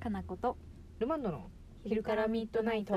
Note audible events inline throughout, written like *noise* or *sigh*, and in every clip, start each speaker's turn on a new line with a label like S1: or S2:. S1: かなこと
S2: ルマンドの昼からミッドナイト。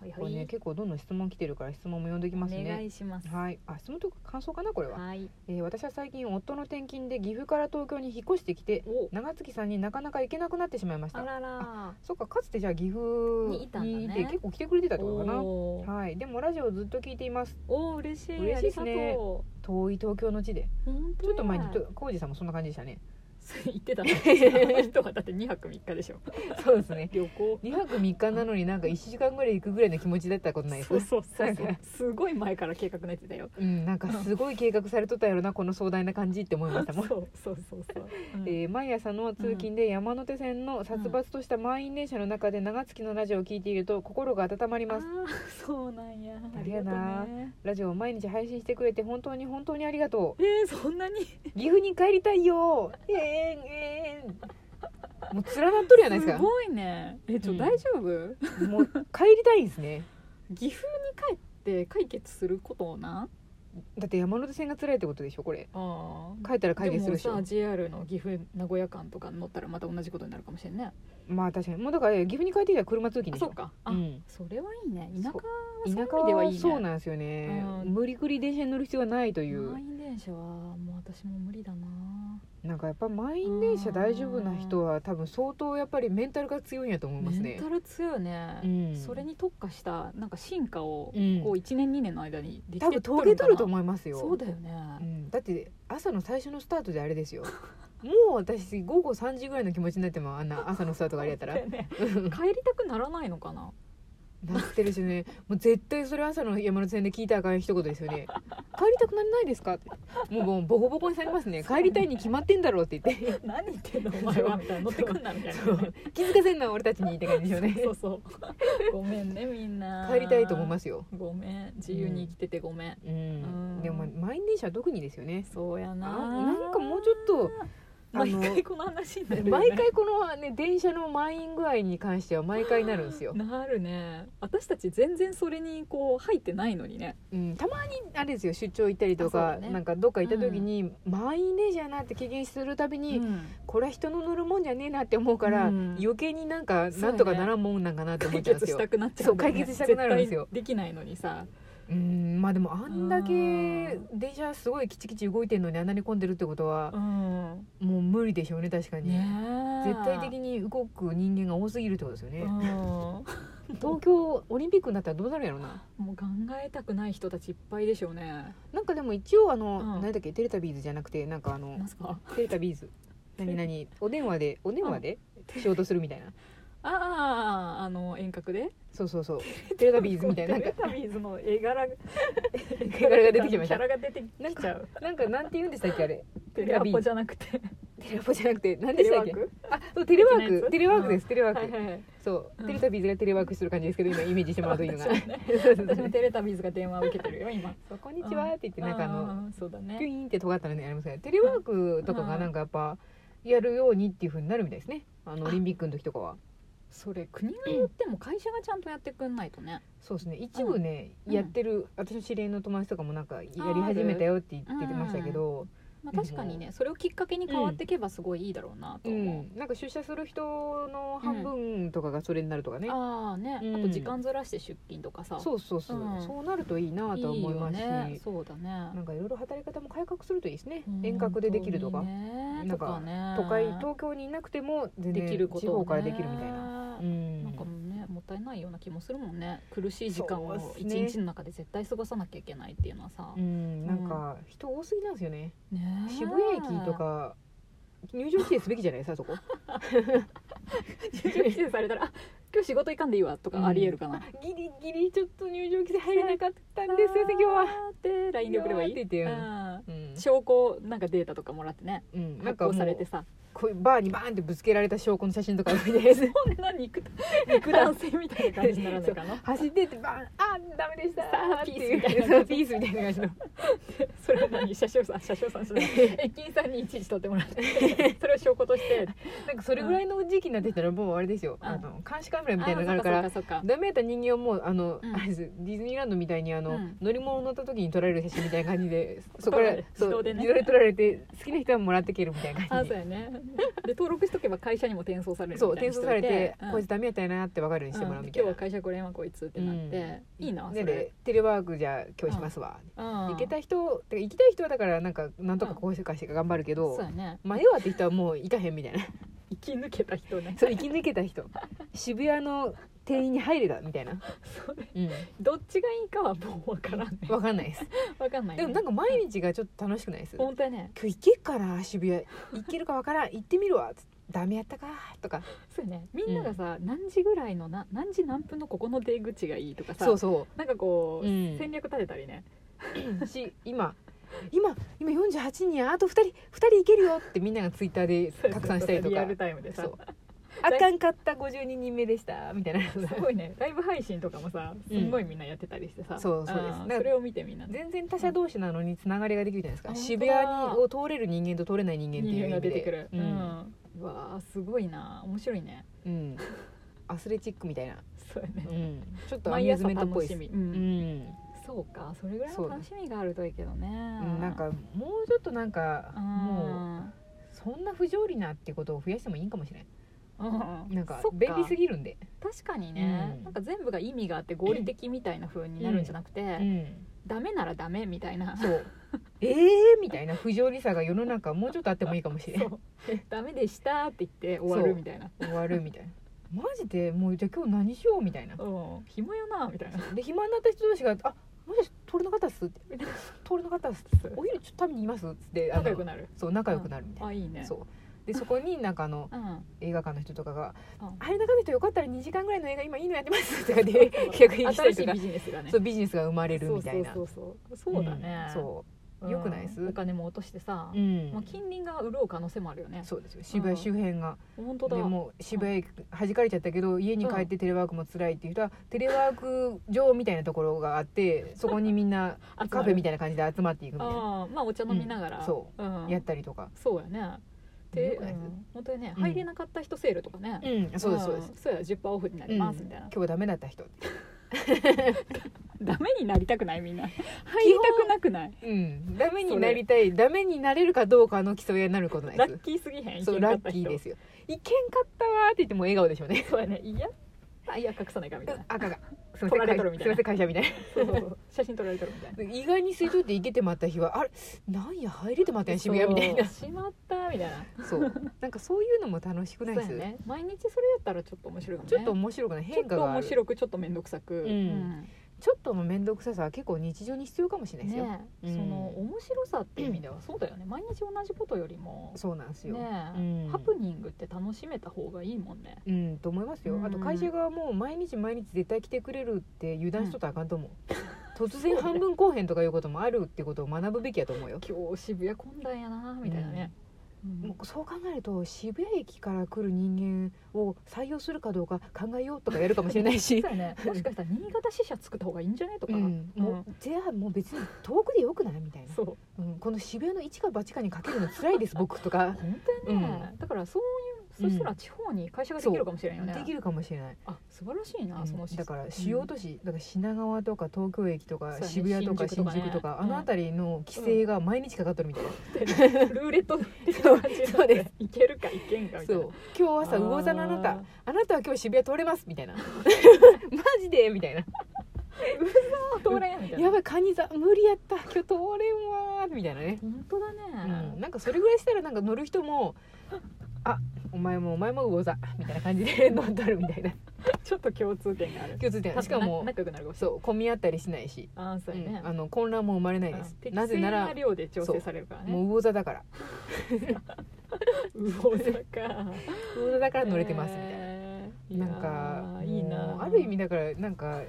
S1: ほい
S2: こ
S1: ほ
S2: れね
S1: い。
S2: 結構どんどん質問来てるから質問も読んでき
S1: お
S2: ます
S1: 願
S2: ね
S1: いします。
S2: はいあ質問とか感想かなこれは、
S1: はい。
S2: えー私は最近夫の転勤で岐阜から東京に引っ越してきて
S1: お。
S2: 長月さんになかなか行けなくなってしまいまし
S1: あ
S2: た
S1: らら。
S2: そっかかつてじゃあ岐阜
S1: にいたんだね
S2: にいて結構来てくれてたってことかな
S1: おー
S2: はいでもラジオをずっと聞いています
S1: おー、嬉しい。
S2: 嬉しいです
S1: あ
S2: ね
S1: りがと
S2: 遠い東京の地で
S1: う。本当
S2: ちょっと前に
S1: だ
S2: と浩二さんもそんな感じでしたね *laughs*
S1: 言ってたね。あ *laughs* の人はだって2泊3日でしょ。
S2: そうですね
S1: 旅行。
S2: 2泊3日なのになんか1時間ぐらい行くぐらいの気持ちだったことないです
S1: そうそうそ
S2: な
S1: うんそ
S2: か
S1: う。すごい前から計画練ってたよ。
S2: うん、なんかすごい計画されとったやろなこの壮大な感じって思いました
S1: そ
S2: も、
S1: うんそうそうそう。うん
S2: えー毎朝の通勤で山手線の殺伐とした満員電車の中で長月のラジオを聞いていると心が温まり
S1: あ
S2: ます
S1: ーそうなんや。あり
S2: や
S1: がと
S2: な
S1: うね。
S2: ラジオを毎日配信してくれて本当に本当にありがと
S1: えー、そんなに。
S2: う岐阜に帰りたいよえー、えー、もう連なっとるやないです
S1: す
S2: か
S1: ごいね。え、ちょ、
S2: うん
S1: 大丈夫？
S2: もう帰りたいんですね
S1: 岐阜に帰って解決することなん
S2: だって山手線が辛いってことでしょこれ
S1: あ
S2: 帰ったら解決するでし
S1: でも
S2: ょ
S1: さ JR の岐阜名古屋間とか乗ったらまた同じことになるかもしれんね
S2: まあ確かにもうだから岐阜に帰ってきたら車通
S1: あ
S2: 勤でし
S1: そ
S2: ょ
S1: うかあ、
S2: うん
S1: それはいいね田舎はそういう意
S2: 田舎
S1: 味ではいいね
S2: そうなんですよね、
S1: うん
S2: 無理くり電車に乗る必要がないという、
S1: 満員電車はもう私も無理だな
S2: なんかやっぱ満員電車大丈夫な人は多分相当やっぱりメンタルが強いんやと思います
S1: メン
S2: ね
S1: タル強いよね、
S2: うん
S1: それに特化したなんか進化を
S2: うん
S1: こう1年2年の間にできて
S2: 多分峠取ると思います
S1: う
S2: よ
S1: そうだよね、
S2: うん、だって朝の最初のスタートであ
S1: *laughs*
S2: れですよもう私午後3時ぐらいの気持ちになってもあんな朝のスタートがあれ
S1: *laughs*
S2: やったら
S1: だよね帰りたくならないのか
S2: *laughs*
S1: な
S2: なってるしねもう絶対それ朝の山手線で聞いたらあかん一言ですよね「帰りたくなりないですか?」ってもうもうボコボコにされますね「帰りたいに決まってんだろ」って言って
S1: 何言ってんの
S2: お前は
S1: みたいな乗ってくんなみたいなね、
S2: 「気づかせんな俺たちに」って感じですよね
S1: そうそうごめんねみんな
S2: 帰りたいと思いますすよ
S1: ごめん自由に生きててごめん、
S2: うん
S1: うん
S2: でもま満員電車は特にですよね
S1: そうやな
S2: あなんかもうちょっとあ
S1: 毎
S2: の
S1: 回この話になるよね
S2: 毎回このね電車の満員具合に関しては毎回なるんですよ、
S1: なるね私たち全然それにこう入ってないのにね
S2: うん、たまにあれですよ出張行ったりと
S1: あ
S2: か、
S1: そうだね
S2: なんかどっか行った時に、満員電車やなって経験するたびに、これは人の乗るもんじゃねえなって思うから、
S1: うん
S2: 余計になんか
S1: そうね
S2: なんとかならんもんなんかなって思
S1: 解
S2: っちゃうん
S1: 決
S2: です
S1: し
S2: よ
S1: たくなっちゃう
S2: そう解決したくなるんですよ
S1: 絶対できないのにさ
S2: うんまあでもあんだけ
S1: うん
S2: 電車すごいキチキチ動いてるのにあんなに混んでるってことは
S1: ん
S2: もう無理でしょうね確かに、
S1: ねえ
S2: 絶対的に動く人間が多すぎるってことですよね、
S1: うんも
S2: 東京オリンピックになったらどうなるんやろな
S1: う考えたくない人たちいっぱいでしょうね
S2: なんかでも一応あの、
S1: うん
S2: 何だっけテレタビーズじゃなくてなんかあの
S1: なんすか
S2: テレタビーズ何何お電話でお電話で仕事する
S1: *laughs*
S2: みたいな
S1: あああの遠隔で
S2: そうそうそうテレタビーズみたいなな
S1: *laughs*
S2: ん
S1: テ
S2: か
S1: レタビーズの絵柄が
S2: 絵柄が出てきました
S1: キャラが出て
S2: なん
S1: きちゃ
S2: か
S1: う
S2: なんかなんて言うんでしたっけあれ
S1: テレアポじゃなくて
S2: テレポじゃなくて何
S1: テレ
S2: でした
S1: ワ
S2: っけ
S1: ーク
S2: あそうテレワ
S1: 的なや
S2: ー
S1: つ
S2: クテレワークです、テレワーク、
S1: はいはいはい
S2: そう、
S1: うん
S2: テレタビーズがテレワークしてる感じですけど今イメージしてもらうといいのが *laughs* そうそう
S1: 私
S2: そう
S1: もテレタビーズが電話を受けてるよ今
S2: そうこんにちはって言ってなんかあの
S1: ーそうだ
S2: ピュ
S1: ね
S2: イーンって尖ったのねありますけどテレワークとかがなんかやっぱやるようにっていうふうになるみたいですねあの
S1: あ
S2: オリンピックの時とかは
S1: それ国が言っても会社がちゃんとやってくんないとね
S2: そうですね一部ね、
S1: うん
S2: やってる私の知り合いの友達とかもなんかやり始めたよって言ってましたけど、
S1: まあ確かにねそれをきっかけに変わっていけばすごいいいだろうなと
S2: うん
S1: 思
S2: なんか出社する人の半分とかがそれになるとかね
S1: う、ああね
S2: うん
S1: あと時間ずらして出勤とかさ
S2: そうそうそう、
S1: うん
S2: そうなるといいなとは思いますし
S1: よねそうだね
S2: なんかいろいろ働き方も改革するといいですね遠隔でできるとか、
S1: 本当にね
S2: な
S1: と
S2: んか
S1: かね
S2: 都会東京にいなくても全
S1: で
S2: 然
S1: きること
S2: 地方からできるみたいな、
S1: な
S2: うん、
S1: なんかもうねもったいないような気もするもんね苦しい時間
S2: そうっ
S1: を
S2: す
S1: 一
S2: ね
S1: 日の中で絶対過ごさなきゃいけないっていうのはさ、
S2: うん、なんか人多すぎなんですよね、
S1: ねえ
S2: 渋谷駅と
S1: *laughs*
S2: か入場規制すべきじゃないですかそこ
S1: 入場規制されたらあ今日仕事行かんでいいわと *laughs* かありえるかな、
S2: ギリギリちょっと入場規制入れなかったんですよね今日は
S1: あーって LINE で送ればいい
S2: って言って
S1: あ
S2: うん
S1: ー、証拠なんかデータとかもらってね
S2: うん、なん
S1: 発
S2: かも
S1: 行
S2: う
S1: されてさ
S2: こういうバーにバーンってぶつけられた証拠の写真とかみたいな
S1: こんな肉肉 *laughs* 弾性みたいな感じにならないか
S2: *laughs*
S1: な
S2: 走ってってバーンあーダメでした
S1: さ
S2: ー
S1: あ
S2: っ
S1: *laughs*
S2: て
S1: ピース
S2: いう
S1: みたいな
S2: そうピースみたいな感じの
S1: それは何車掌さん車掌さんじゃない *laughs* 駅員さんにいちいち取ってもら *laughs* ってそれを証拠として
S2: *laughs* なんかそれぐらいの時期になってきたらもうあれですよ、
S1: うん
S2: あの監視カメラみたいなのがあるから
S1: あーそっかそっかそっか
S2: ダメやった人間はもうあの、
S1: うん
S2: あれですディズニーランドみたいにあの、
S1: うん
S2: 乗り物乗った時に撮られる
S1: *laughs*
S2: 写真みたいな感じでそこか
S1: 撮ら
S2: ら
S1: れる
S2: そう
S1: 自動でね
S2: 自撮られて好きな人はもらってけるみたいな
S1: あ
S2: 感
S1: ー
S2: じ
S1: そう
S2: で
S1: やねで登録しとけば会社にも転送されるみた
S2: そう
S1: いに
S2: 転
S1: しとい
S2: 送されて、
S1: うん
S2: こいつダメやったんやなって分かるようにしてもらうみたい
S1: ん
S2: な、
S1: 今日は会社これんわこいつってなって、いいなそ
S2: ね
S1: れ、
S2: でテレワークじゃ今日しますわ、
S1: うん
S2: 行けた人てか行きたい人はだからなんかなんとかこうしてかして頑張るけど、
S1: そうやね
S2: 迷わって人はもう行かへんみたいな *laughs*
S1: 生き抜けた人ね
S2: そう生き抜けた人渋谷の店員に入れたみたいな、
S1: *laughs* それ *laughs*
S2: うん、
S1: どっちがいいかはもうわからんね
S2: 分かんないです
S1: わかんない、ね、
S2: でもなんか毎日がちょっと楽しくないです今
S1: 本当やね
S2: 日行けっかな渋谷行けるか分からん行ってみるわつダメやったかとか
S1: そうやねみんながさ、何時ぐらいのな何時何分のここの出口がいいとかさ
S2: そうそ
S1: なんかこ
S2: う、
S1: う、
S2: うん、
S1: 戦略立てたりね
S2: し今今今48人あと2人2人いけるよってみんながツイッターで拡散したりと
S1: リ
S2: か
S1: アルタイムでさ
S2: そうあかんかった52人目でしたみたいな
S1: *laughs* すごいねライブ配信とかもさすんごいみんなやってたりしてさ、
S2: うんそうそうです
S1: ん
S2: だから
S1: それを見てみんな
S2: 全然他者同士なのにつながりができるじゃないです
S1: あ本
S2: か
S1: 当だ
S2: 渋谷にを通れる人間と通れない人間って
S1: 人
S2: いう
S1: 間
S2: 意
S1: が
S2: 味で
S1: 出てくる、
S2: う、
S1: うんんうわあすごいな面白いね
S2: うん、アスレチックみたいな、
S1: そうやね
S2: うん、ちょっとアミ
S1: 毎
S2: ューズ
S1: 朝
S2: メントっぽ
S1: 楽
S2: い
S1: し
S2: です
S1: み、う
S2: うんん、
S1: そうかそれぐらい
S2: そ
S1: の
S2: うだ
S1: 楽しみがあるといいけどね
S2: うんなんかもうちょっとなんかもう
S1: も
S2: そんな不条理なってことを増やしてもいいんかもしれない
S1: うん、うん
S2: なんか
S1: そっ
S2: 便利すぎるんで、
S1: 確かにね、
S2: うん
S1: なんか全部が意味があって合理的みたいな風になるんじゃなくて、
S2: うん、
S1: ダメならダメみたいな
S2: そうええー、みたいな不条理さが世の中もうちょっとあってもいいかもしれな
S1: そ
S2: いう
S1: *laughs* ダメでしたって言って終わるみたいな
S2: 終わるみたいなマジでもうじゃあ今日何しようみたいな
S1: うん暇よなみたいな
S2: で暇になった人同士が「あもしかして通れなかったっす」って
S1: みたい
S2: 「通れなかったっす」
S1: な
S2: お昼ちょっと食べに行きます」っつってあの
S1: *laughs* 仲良くなる
S2: そう仲良くなるみたい
S1: あいい
S2: な、
S1: ね、
S2: そううでそこになんかあの
S1: ん、
S2: 映画館の人とかが
S1: うん
S2: 「あれなかった人よかったら2時間ぐらいの映画今いいのやってます」とかで客引きした
S1: 新
S2: り
S1: し
S2: と
S1: い
S2: か
S1: ビジネスがね
S2: そうビジネスが生まれるみたいな
S1: そうそうそうそうそうだね、
S2: んそ
S1: うん
S2: よくないっす
S1: お金も落としてさ、
S2: う、うん
S1: まあ、近隣が潤う可能性もあるよね
S2: そうですよ渋谷周辺が
S1: 本当だ
S2: でもう渋谷弾かれちゃったけど家に帰ってテレワークも辛いっていう人はテレワーク場みたいなところがあってそこにみ
S1: *laughs*
S2: んなカフェみ
S1: たい
S2: たいな感じで集まっていくみたいな
S1: ああまあお茶飲みながら、、
S2: うんそう
S1: ん、
S2: やったりとか
S1: そうやねで、
S2: よくないです
S1: うん本当にね
S2: うん
S1: 入れなかった人セールとかね、
S2: うんそうですそうです
S1: んそうや10%オフにな
S2: うん
S1: りま
S2: 今
S1: すみたいな、
S2: 日ダメだった人
S1: ダメになりたくないみんな入りたくなくない *laughs*
S2: うんダメになりたいダメになれるかどうかの競い合いになることない
S1: ラ
S2: で
S1: ッキーすぎへん
S2: すそう
S1: いけんか
S2: ラ
S1: った
S2: ッ
S1: 人
S2: キーですよいけんかったわーって言ってもう笑顔でしょ
S1: *laughs*
S2: うね
S1: そうやねいやあいや隠さないかみたいな
S2: 赤がすいま
S1: 取ら
S2: せ
S1: れとる
S2: ん
S1: み
S2: 会
S1: たい
S2: すいま
S1: な
S2: せん会社みたい
S1: そうそうそう写真撮られてるみたいな
S2: な意外に水道っていけてまった日はあれなんや入れてまったんや渋谷
S1: *laughs*
S2: みたいな
S1: そうしまったみたいな
S2: そうなんかそういうのも楽しく
S1: そ
S2: ないうで
S1: や
S2: す
S1: ね毎日それやったらちょっと面白いかもね
S2: ちょっと面白くない変化が
S1: ちょ
S2: ある
S1: っと面白くちょっと面倒くさく、
S2: うんちょっとの面倒くささは結構日常に必要かもしれないですよ、
S1: ね、
S2: うん
S1: その面白さっていう意味ではそうだよね毎日同じことよりも
S2: そうなんですよ、
S1: ね、
S2: うん
S1: ハプニングって楽しめた方がいいもんね
S2: うんと思いますよ、
S1: うん
S2: あと会社側も毎日毎日絶対来てくれるって油断しとったらあかんと思う、突然半分後編とかいうこともあるってことを学ぶべきやと思うよ
S1: 今日渋谷混んだんやなみたいなね、うん
S2: もうそう考えると渋谷駅から来る人間を採用するかどうか考えようとかやるかもしれない
S1: そう
S2: し、
S1: だ
S2: *laughs*
S1: ね、もしかしたら新潟支社作った方がいいんじゃねと
S2: う
S1: か、
S2: ん、もうじゃあもう別に遠くでよくないみたいな、
S1: そう
S2: うん、この渋谷の一か八かにかけるの辛いです僕と
S1: *laughs*
S2: か
S1: 本当やね、だからそういうそしたら地方に会社ができるかもしれんよね、
S2: できるかもしれない
S1: あ素晴らしいな、
S2: うん
S1: その
S2: だから主要都市、だから品川とか東京駅と
S1: そ
S2: か
S1: うやね
S2: 渋谷とか
S1: 新宿と
S2: 新
S1: かね
S2: 宿とか
S1: う
S2: あ
S1: ん
S2: の辺りの規制が毎日かかっとるみたいな、
S1: ってね *laughs* ルーレット的な感じにな
S2: そう
S1: っ
S2: です
S1: ていけるかいけんかみた
S2: そ
S1: いな
S2: う今日朝魚座のあな
S1: あ
S2: たあなたは今日渋谷通れますみたい
S1: *laughs*
S2: なマジでみたいな
S1: ー通れんみたいな
S2: やばいカニ座無理やった今日通れんわーみたいなね、
S1: 本当だ
S2: うん、
S1: ね、
S2: なんかそれぐらいしたらなんか乗る人もあお前もお前も魚座みたいな感じで *laughs* 乗っとるみたいな
S1: ちょっと共通点がある
S2: 共通点しかも
S1: な仲良くなるかもしれない
S2: そう混み合ったりしないし、
S1: あーそうや
S2: う
S1: ね
S2: ん、あの混乱も生まれないです
S1: 適
S2: なぜ
S1: 正
S2: な
S1: な
S2: ら
S1: 量で調整されるから
S2: も
S1: ね
S2: う魚座だから
S1: うおざか
S2: 魚座だから乗れてますみたいな。
S1: えー
S2: なん
S1: いや
S2: か
S1: ーいい
S2: もう
S1: な
S2: ある意味だからなんか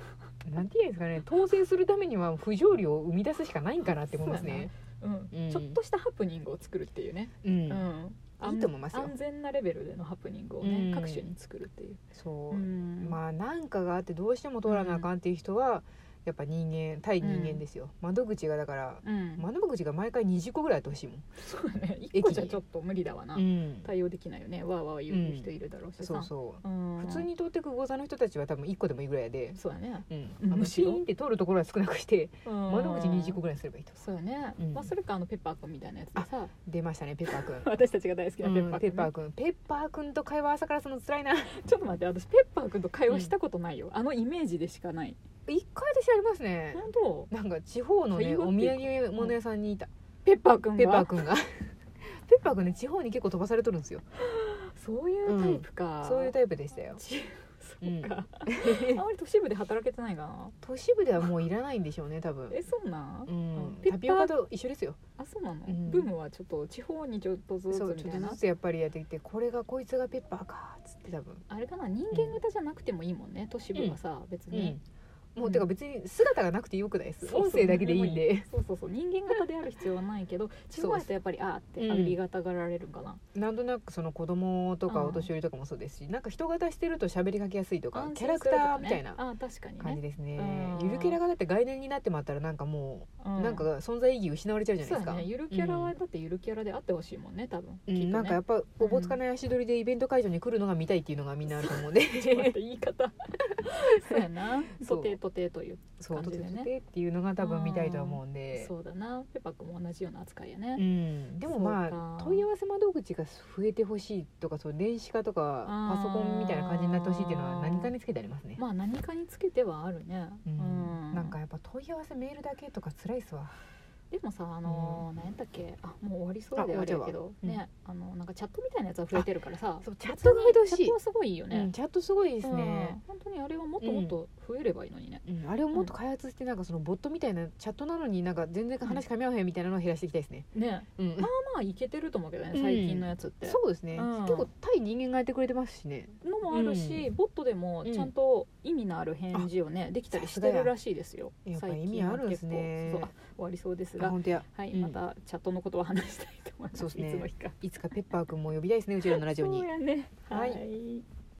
S2: なんて言うんですかね当選するためには不条理を生み出すしかないんかなって思いますね
S1: うん
S2: うん
S1: ちょっとしたハプニングを作るっていうね、
S2: う、
S1: うんん
S2: いいと思いますよ
S1: 安全なレベルでのハプニングをね、
S2: うん
S1: 各種に作るっていう、
S2: そう、
S1: うん
S2: まあなんかがあってどうしても通らなあかんっていう人は、やっぱ人間対人間ですよ、窓口がだから
S1: うん
S2: 窓口が毎回20個ぐらいあってほしいもん、
S1: そうだね
S2: 駅
S1: 1個じゃちょっと無理だわな、
S2: うん
S1: 対応できないよねわーわー言う人いるだろうしさ、
S2: そうそう
S1: うん
S2: 普通に通ってく魚座の人たちは多分1個でもいいぐらいやで、
S1: そうだね、
S2: うん、
S1: うん
S2: あの
S1: む
S2: シ
S1: しろ
S2: ーンって通るところは少なくして
S1: うん
S2: 窓口20個ぐらいにすればいいと
S1: そうだね、
S2: うん
S1: まあ、それかあのペッパーくんみたいなやつでさ
S2: 出ましたねペッパーくん
S1: *laughs* 私たちが大好きなペッ
S2: う
S1: パー
S2: ん
S1: く
S2: ペ
S1: んね、
S2: ッパーくんペッパーくんと会話朝からその辛いな
S1: ちょっと待って私ペッパーくんと会話したことないよ、あのイメージでしかない
S2: 一回私ありますね
S1: 本当
S2: なんか地方のね
S1: 会話
S2: お土
S1: って
S2: 産物屋さんにいた
S1: ペッパーくんが
S2: ペッパーくんがペッパーくんね地方に結構飛ばされとるんですよ
S1: そういうタイプか、
S2: そういう
S1: タイ
S2: タイプでしたよ
S1: プそうか、あまり都市部で働けてないかな
S2: 都市部ではもういらないんでしょうね多分
S1: えそうなん、
S2: うん
S1: ペッパー
S2: タピオカと一緒ですよ
S1: あそうなの、
S2: うん
S1: ブームはちょっと地方にちょっとずつ
S2: そう
S1: み
S2: ちょったと
S1: いな
S2: ずつやっぱりやってきてこれがこいつがペッパーかっつって多分
S1: あれかな人間型じゃなくてもいいもんね、都市部はさ、別に、
S2: もうてか別に姿がなくてよくないで
S1: そ
S2: す
S1: うそう
S2: 音声だけでいいんで
S1: そうそうそう人間型である必要はないけど地方やとやっぱりあーってありがたがられるかな、
S2: なんとなくその子供とか
S1: うん
S2: お年寄りとかもそうですしなんか人型してると喋りかけやすいとか
S1: 安
S2: キャ
S1: 心
S2: ラ
S1: す
S2: ク
S1: る
S2: タ
S1: と
S2: ー
S1: かね
S2: みたいな
S1: あー確かに
S2: 感
S1: ね、
S2: じですね
S1: うん
S2: ゆるキャラがだって概念になってもらったらなんかも
S1: う
S2: うなんか存在意義失われちゃうじゃない
S1: そ
S2: で
S1: う
S2: す
S1: だ
S2: か
S1: ねゆるキャラ
S2: う
S1: は
S2: ん
S1: だってゆるキャラであってほしいもんね多分、きっと
S2: うん
S1: ね
S2: なんかやっぱおぼつかない足取りでイベント会場に来るのが見たいっていうのがみんなあると思う
S1: *laughs*
S2: んで
S1: ちょっと待って言い
S2: *laughs*
S1: 方そうやな
S2: そ
S1: と
S2: う
S1: てとてという
S2: そうと
S1: 感
S2: て
S1: じでね
S2: とてっていうのが多分見たいと思うんで
S1: そうだなペパ君も同じような扱いや
S2: う
S1: ね、
S2: ん、でも
S1: そう
S2: まあ
S1: か
S2: 問い合わせ窓口が増えてほしいとかそう電子化とか
S1: あー
S2: パソコンみたいな感じになってほしいっていうのは何かにつけてありますね、
S1: まあ何かにつけてはあるね、
S2: うんなんか
S1: うん
S2: やっぱ問い合わせメールだけとか辛いっすわ
S1: でもさあのー、何やったっけあもう終わりそうで
S2: あ
S1: あれや
S2: 終わっ
S1: け
S2: ちゃうわ
S1: ど、
S2: うん
S1: ねあのなんかチャットみたいなやつは増えてるからさ
S2: そうチャットが増えてほしい
S1: チャットはすごいいいよね、
S2: うん、チャットすごいです
S1: う
S2: ね
S1: ん、本当にあれはもっともっと増えればいいのにね、
S2: うん、あれをもっと開発してなんかそのボットみたいなチャットなのになんか全然話噛み合わへんみたいなのを減らしていきたいですね、
S1: ね
S2: うん
S1: まあまあいけてると思うけどね
S2: うん
S1: 最近のやつって、
S2: そうですね、
S1: うん
S2: 結構対人間がやってくれてますしね
S1: のもあるし、ボットでもちゃんと意味のある返事をね、できたりしてるらしいですよ
S2: やっぱ
S1: 最
S2: 意味
S1: 近
S2: あ
S1: は
S2: るんです
S1: 結構
S2: ね
S1: そうそうあ終わりそうです
S2: あ
S1: が
S2: 本当や
S1: はい、
S2: うん
S1: またチャットのことは話したいと思います
S2: そうですね
S1: いつの日か
S2: いつかペッパーくんも呼びたいですねうちらのラジオに
S1: そうやね
S2: はい
S1: はい